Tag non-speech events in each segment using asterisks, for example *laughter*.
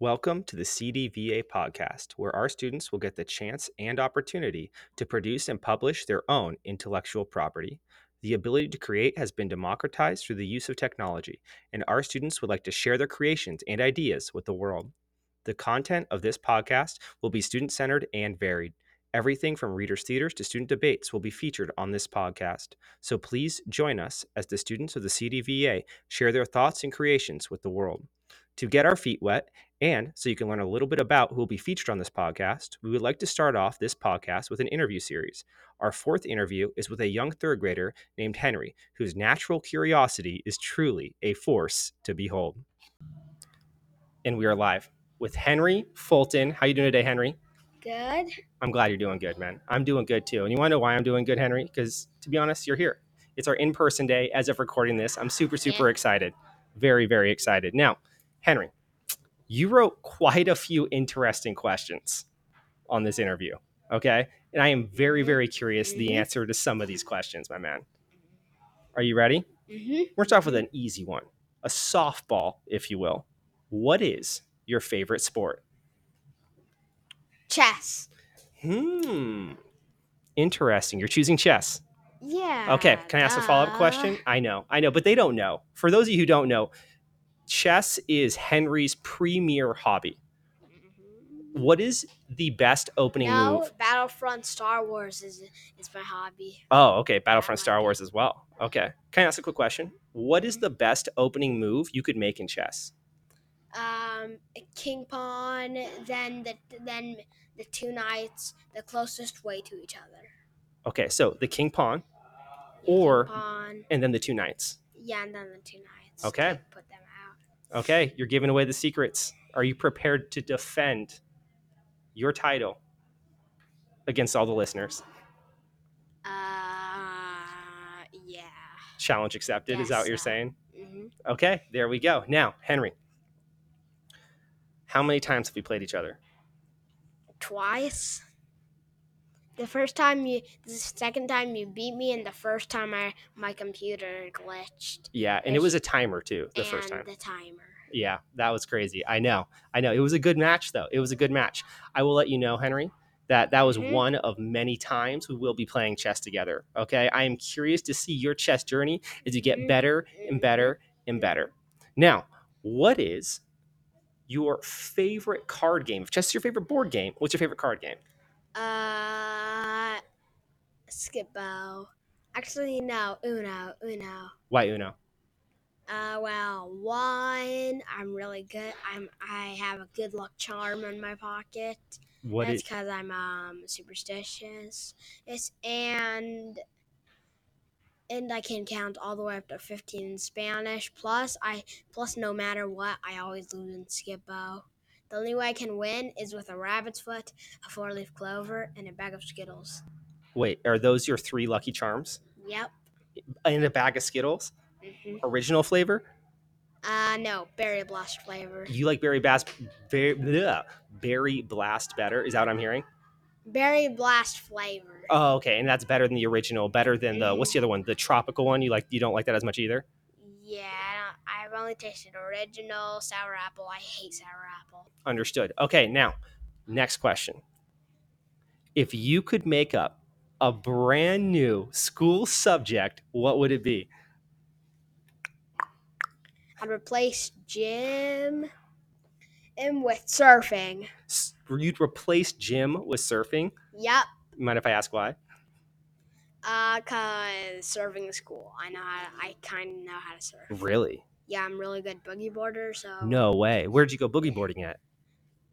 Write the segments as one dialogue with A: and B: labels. A: Welcome to the CDVA podcast, where our students will get the chance and opportunity to produce and publish their own intellectual property. The ability to create has been democratized through the use of technology, and our students would like to share their creations and ideas with the world. The content of this podcast will be student centered and varied. Everything from readers' theaters to student debates will be featured on this podcast. So please join us as the students of the CDVA share their thoughts and creations with the world. To get our feet wet, and so you can learn a little bit about who will be featured on this podcast, we would like to start off this podcast with an interview series. Our fourth interview is with a young third grader named Henry, whose natural curiosity is truly a force to behold. And we are live with Henry Fulton. How you doing today, Henry?
B: Good.
A: I'm glad you're doing good, man. I'm doing good too. And you want to know why I'm doing good, Henry? Because to be honest, you're here. It's our in person day as of recording this. I'm super, super excited. Very, very excited. Now, Henry, you wrote quite a few interesting questions on this interview. Okay. And I am very, very curious the
B: Mhm.
A: answer to some of these questions, my man. Are you ready?
B: Mm-hmm.
A: We're start off with an easy one a softball, if you will. What is your favorite sport?
B: Chess.
A: Hmm. Interesting. You're choosing chess.
B: Yeah. Uh,
A: Okay, can I ask a follow up question? I know, I know, but they don't know. For those of you who don't know, chess is Henry's premier hobby. What is the best opening
B: No,
A: move?
B: Battlefront Star Wars is is my hobby.
A: Oh, okay, Battlefront
B: I
A: Star
B: like it.
A: Wars as well. Okay, can I ask a quick question? What is the best opening move you could make in chess?
B: Um, King Pawn, then the then the two knights, the closest way to each other.
A: Okay, so the king pawn
B: Yeah,
A: Or-
B: King Pawn.
A: and then the two knights.
B: Yeah, and then the two knights.
A: Okay.
B: Can't Put them out.
A: Okay, you're giving away the secrets. Are you prepared to defend your title against all the listeners?
B: Uh, yeah.
A: Challenge accepted, is that what
B: Yes,
A: you're
B: sir.
A: saying?
B: hmm
A: Okay, there we go. Now, Henry, how many times have we played each other?
B: twice. The first time you, the second time you beat me, and the first time I my computer glitched.
A: Yeah, and it was a timer too the
B: and
A: first time.
B: the timer.
A: Yeah, that was crazy. I know. I know. It was a good match though. It was a good match. I will let you know, Henry, that that was
B: Mhm.
A: one of many times we will be playing chess together. Okay? I am curious to see your chess journey as you get
B: Mhm.
A: better and better and better. Now, what is your favorite card game? If chess is your favorite board game, what's your favorite card game?
B: Uh, skip bow. Actually, no, Uno, Uno.
A: Why Uno?
B: Uh, well, one. I'm really good. I'm. I have a good luck charm in my pocket.
A: What
B: That's
A: is
B: because I'm um superstitious. It's and and I can count all the way up to fifteen in Spanish. Plus I plus no matter what I always lose in Skippo. The only way I can win is with a rabbit's foot, a four leaf clover, and a bag of Skittles.
A: Wait, are those your three lucky charms?
B: Yep.
A: And a bag of Skittles?
B: hmm
A: Original flavor?
B: Uh no, berry blast flavor.
A: You like berry blast berry, bleh, berry blast better? Is that what I'm hearing?
B: Berry blast flavor.
A: Oh, okay. And that's better than the original, better than the what's the other one? The tropical one? You like you don't like that as much either?
B: Yeah, I don't- I've only tasted original sour apple. I hate sour apple.
A: Understood. Okay, now, next question. If you could make up a brand new school subject, what would it be?
B: I'd replace gym and with surfing.
A: S- You'd replace gym with surfing.
B: Yep.
A: Mind if I ask why?
B: Uh, cause surfing is cool. I know how I kind of know how to surf.
A: Really?
B: Yeah, I'm really good boogie boarder, so
A: No way. Where'd you go boogie boarding at?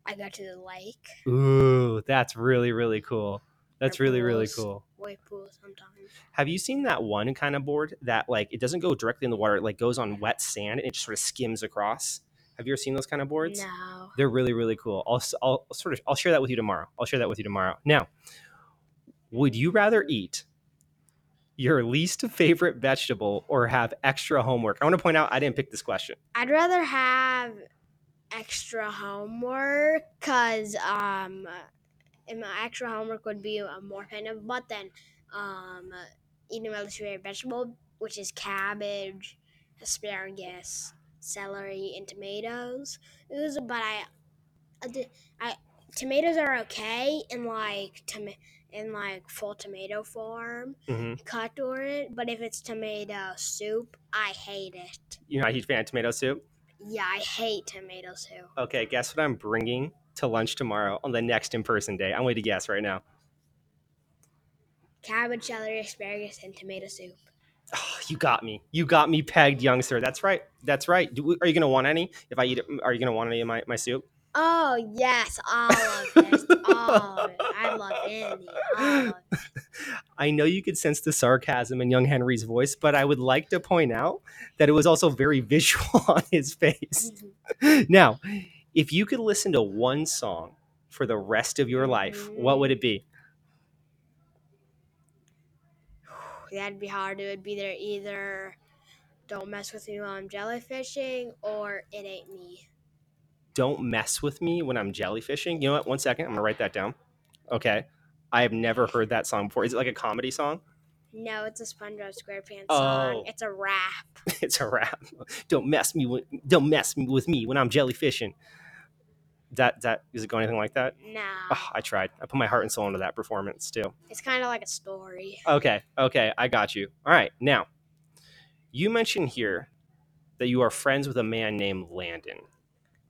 B: I go to the lake,
A: Ooh, that's really really cool. That's really really
B: pools.
A: cool.
B: wave pool sometimes.
A: Have you seen that one kind of board that like it doesn't go directly in the water, it like goes on wet sand and it just sort of skims across? Have you ever seen those kind of boards?
B: No.
A: They're really really cool. I'll, s- I'll sort of I'll share that with you tomorrow. I'll share that with you tomorrow. Now, would you rather eat your least favorite vegetable or have extra homework? I want to point out I didn't pick this question.
B: I'd rather have extra homework, cause um, and my extra homework would be a more kind of but than um, eating my least favorite vegetable, which is cabbage, asparagus, celery, and tomatoes. It was, but I I did- I tomatoes are okay in like toma- in like full tomato form,
A: hmm
B: cut or it. But if it's tomato soup, I hate it.
A: You're not a huge fan of tomato soup?
B: Yeah, I hate tomato soup.
A: Okay, guess what I'm bringing to lunch tomorrow on the next in person day? I'm going to guess right now.
B: Cabbage, celery, asparagus, and tomato soup.
A: Oh, you got me. You got me pegged, young sir. That's right. That's right. Do, are you going to want any? If I eat it, are you going to want any of my, my soup?
B: Oh yes, all
A: *laughs*
B: of this, all of it. I love any. All of it.
A: I know you could sense the sarcasm in young Henry's voice, but I would like to point out that it was also very *laughs* visual on his face.
B: Mm-hmm.
A: Now, if you could listen to one song for the rest of your life, what would it be?
B: That'd be hard. It would be there either. Don't mess with me while I'm jellyfishing, or it ain't me.
A: Don't mess with me when I'm jellyfishing. You know what? One second. I'm going to write that down. Okay. I have never heard that song before. Is it like a comedy song? *laughs*
B: No, it's a SpongeBob SquarePants
A: Oh.
B: song. It's a rap.
A: it's a wrap. Don't mess me with don't mess me with me when I'm jellyfishing. That that is it going anything like that?
B: No,
A: Ah, I tried. I put my heart and soul into that performance too.
B: it's kind of like a story.
A: Okay, okay, I got you. All right, now you mentioned here that you are friends with a man named Landon.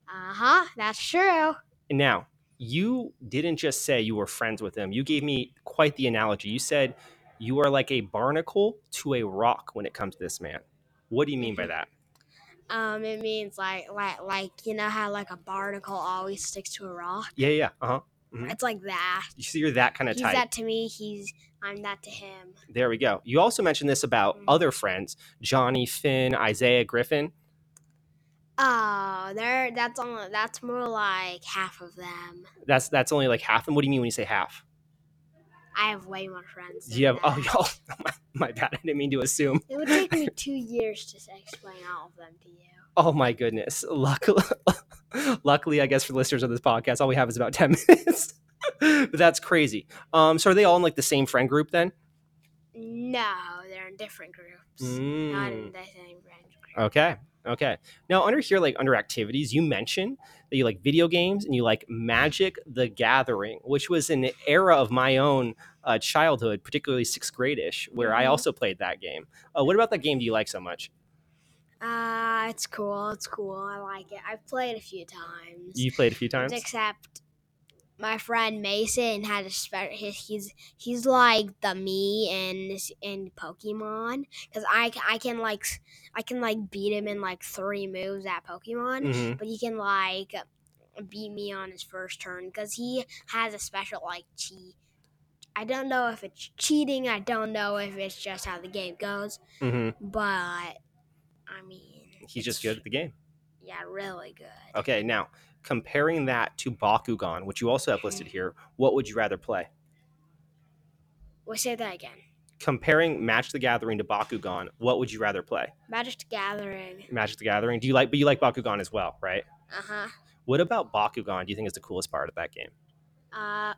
B: Uh huh. That's true.
A: Now you didn't just say you were friends with him. You gave me quite the analogy. You said you are like a barnacle to a rock when it comes to this man. What do you
B: Mm-hmm.
A: mean by that?
B: Um, it means like like like you know how like a barnacle always sticks to a rock.
A: Yeah, yeah, uh huh. Mhm.
B: It's like that.
A: So you're that kind of
B: He's
A: type.
B: that to me. He's I'm that to him.
A: There we go. You also mentioned this about
B: Mhm.
A: other friends, Johnny Finn, Isaiah Griffin.
B: Oh, there. That's only that's more like half of them.
A: That's that's only like half. And what do you mean when you say half?
B: I have way more friends.
A: Do you have?
B: than
A: Oh, *laughs*
B: that.
A: y'all. My, my bad. I didn't mean to assume.
B: It would take me two *laughs* years to s- explain all of them to you.
A: Oh my goodness. Luckily, *laughs* luckily, I guess for listeners of this podcast, all we have is about *laughs* ten minutes. but that's crazy. Um, so are they all in like the same friend group then?
B: No, they're in different groups. Not
A: Mm.
B: in the same friend group.
A: Okay. Okay. Now under here, like under activities, you mentioned that you like video games and you like Magic the Gathering, which was an era of my own uh, childhood, particularly sixth grade-ish, where I
B: Mhm.
A: also played that game. Uh, what about that game do you like so much?
B: Uh, it's cool. It's cool. I like it. I've played a few times.
A: You played a few times.
B: Except my friend Mason had a special. He's he's like the me in this in Pokemon because I, c- I can like s- I can like beat him in like three moves at Pokemon,
A: Mhm.
B: but he can like beat me on his first turn because he has a special like cheat. I don't know if it's cheating. I don't know if it's just how the game goes,
A: Mhm.
B: but I mean
A: He's just
B: it's-
A: good at the game.
B: Yeah, really good.
A: Okay. Now comparing that to Bakugan, which you also have listed here, what would you rather play?
B: We'll say that again.
A: Comparing Magic the Gathering to Bakugan, what would you rather play?
B: Magic the Gathering.
A: Magic the Gathering. Do you like? But you like Bakugan as well, right?
B: Uh huh.
A: What about Bakugan do you think is the coolest part of that game?
B: Uh,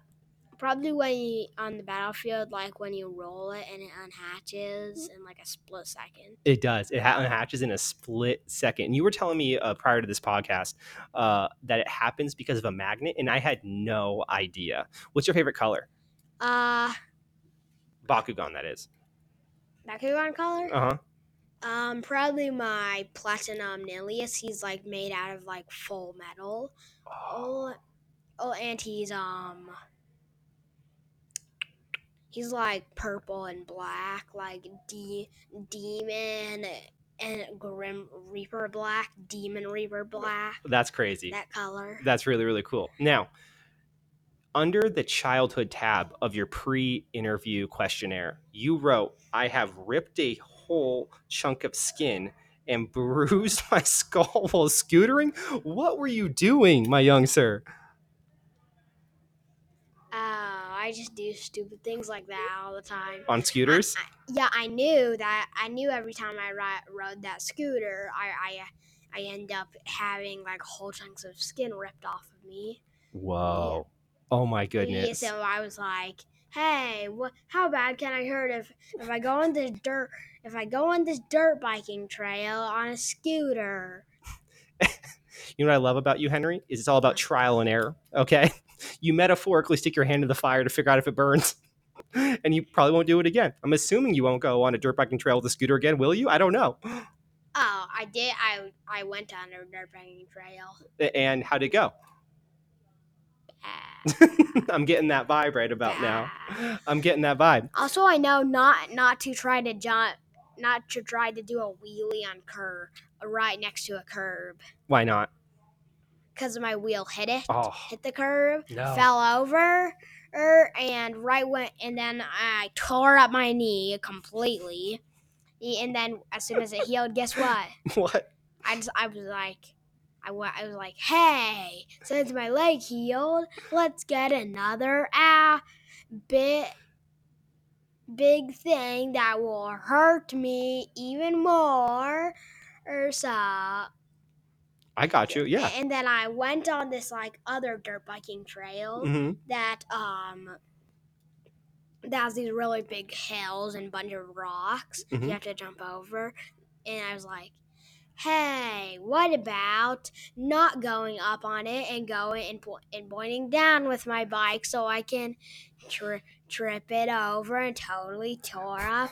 B: probably when you on the battlefield, like when you roll it and it unhatches in like a split second.
A: It does. It ha- hatches in a split second. And you were telling me uh, prior to this podcast uh, that it happens because of a magnet, and I had no idea. What's your favorite color?
B: Uh,
A: Bakugan, that is.
B: Bakugan color.
A: Uh huh.
B: Um, probably my Platinum Nilius. He's like made out of like full metal. Oh, oh, and he's um. He's like purple and black, like de- demon and grim reaper black, demon reaper black.
A: That's crazy.
B: That color.
A: That's really, really cool. Now, under the childhood tab of your pre interview questionnaire, you wrote, I have ripped a whole chunk of skin and *laughs* bruised my skull while scootering. What were you doing, my young sir?
B: Oh, I just do stupid things like that all the time.
A: On
B: *laughs*
A: scooters?
B: I- yeah, I knew that. I knew every time I ri- rode that scooter, I, I, I end up having like whole chunks of skin ripped off of me.
A: Whoa. Oh my
B: Yeah,
A: goodness.
B: so I was like, "Hey, what? How bad can I hurt if if I go on this dirt if I go on this dirt biking trail on a scooter?"
A: You know what I love about you, Henry? Is it's all about trial and error. Okay, *laughs* you metaphorically stick your hand in the fire to figure out if it burns, *laughs* and you probably won't do it again. I'm assuming you won't go on a dirt biking trail with a scooter again, will you? I don't know.
B: Oh, I did. I I went on a dirtbagging trail.
A: And how'd it go? *laughs*
B: Bad.
A: I'm getting that vibe right about now. I'm getting that vibe.
B: Also, I know not not to try to jump, not to try to do a wheelie on curb right next to a curb
A: Why not?
B: because my wheel hit it,
A: Oh
B: hit the curb,
A: no.
B: fell over, er, and right went, and then I tore up my knee completely. E- And then as soon as it healed, guess what?
A: *laughs* What?
B: I just I was like. I wa- I was like, hey, since my leg healed, let's get another ah bit big thing that will hurt me even more or so.
A: I got you. Yeah.
B: And then I went on this like other dirt biking trail
A: hmm
B: that um that has these really big hills and bunch of rocks
A: Mhm.
B: you have to jump over and i was like hey what about not going up on it and going and, po- and pointing down with my bike so i can tri- trip it over and totally tore up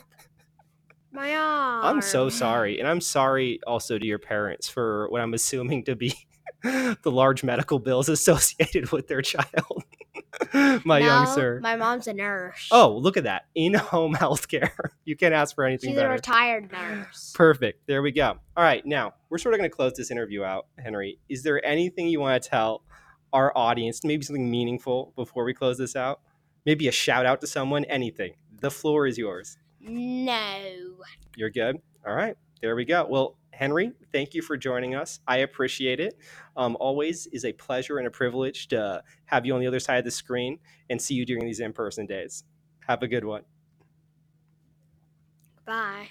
B: my arm
A: I'm so sorry, and I'm sorry also to your parents for what I'm assuming to be *laughs* the large medical bills associated with their child, *laughs* my young
B: No,
A: sir.
B: my mom's a nurse
A: oh, look at that! In-home *laughs* healthcare. You can't ask for anything
B: she's a
A: better.
B: retired nurse
A: Perfect. There we go. All right. Now, we're sort of going to close this interview out, Henry. Is there anything you want to tell our audience, maybe something meaningful before we close this out? Maybe a shout out to someone, anything. The floor is yours.
B: no
A: You're good. All right. There we go. Well, Henry, thank you for joining us. I appreciate it. Um, always is a pleasure and a privilege to have you on the other side of the screen and see you during these in person days. Have a good one.
B: bye